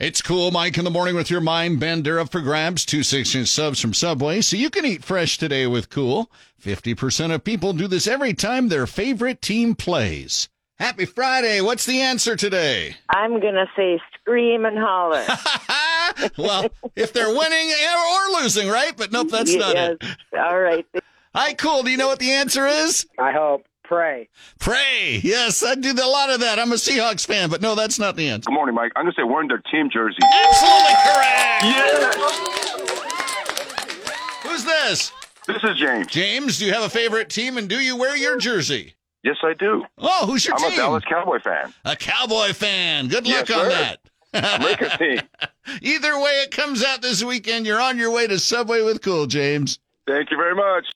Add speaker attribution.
Speaker 1: It's cool, Mike, in the morning with your mind bender up for grabs. Two six inch subs from Subway, so you can eat fresh today with cool. 50% of people do this every time their favorite team plays. Happy Friday. What's the answer today?
Speaker 2: I'm going to say scream and holler.
Speaker 1: well, if they're winning or losing, right? But nope, that's not
Speaker 2: yes.
Speaker 1: it.
Speaker 2: All right.
Speaker 1: Hi, cool. Do you know what the answer is?
Speaker 3: I hope. Pray.
Speaker 1: Pray. Yes, I do a lot of that. I'm a Seahawks fan, but no, that's not the answer.
Speaker 4: Good morning, Mike. I'm going to say wearing their team jersey.
Speaker 1: Absolutely correct. Who's this?
Speaker 4: This is James.
Speaker 1: James, do you have a favorite team and do you wear your jersey?
Speaker 4: Yes, I do.
Speaker 1: Oh, who's your
Speaker 4: I'm
Speaker 1: team?
Speaker 4: a Dallas Cowboy fan.
Speaker 1: A Cowboy fan. Good luck
Speaker 4: Yes,
Speaker 1: on
Speaker 4: sir.
Speaker 1: that.
Speaker 4: Lakers team.
Speaker 1: Either way, it comes out this weekend. You're on your way to Subway with Cool, James.
Speaker 4: Thank you very much.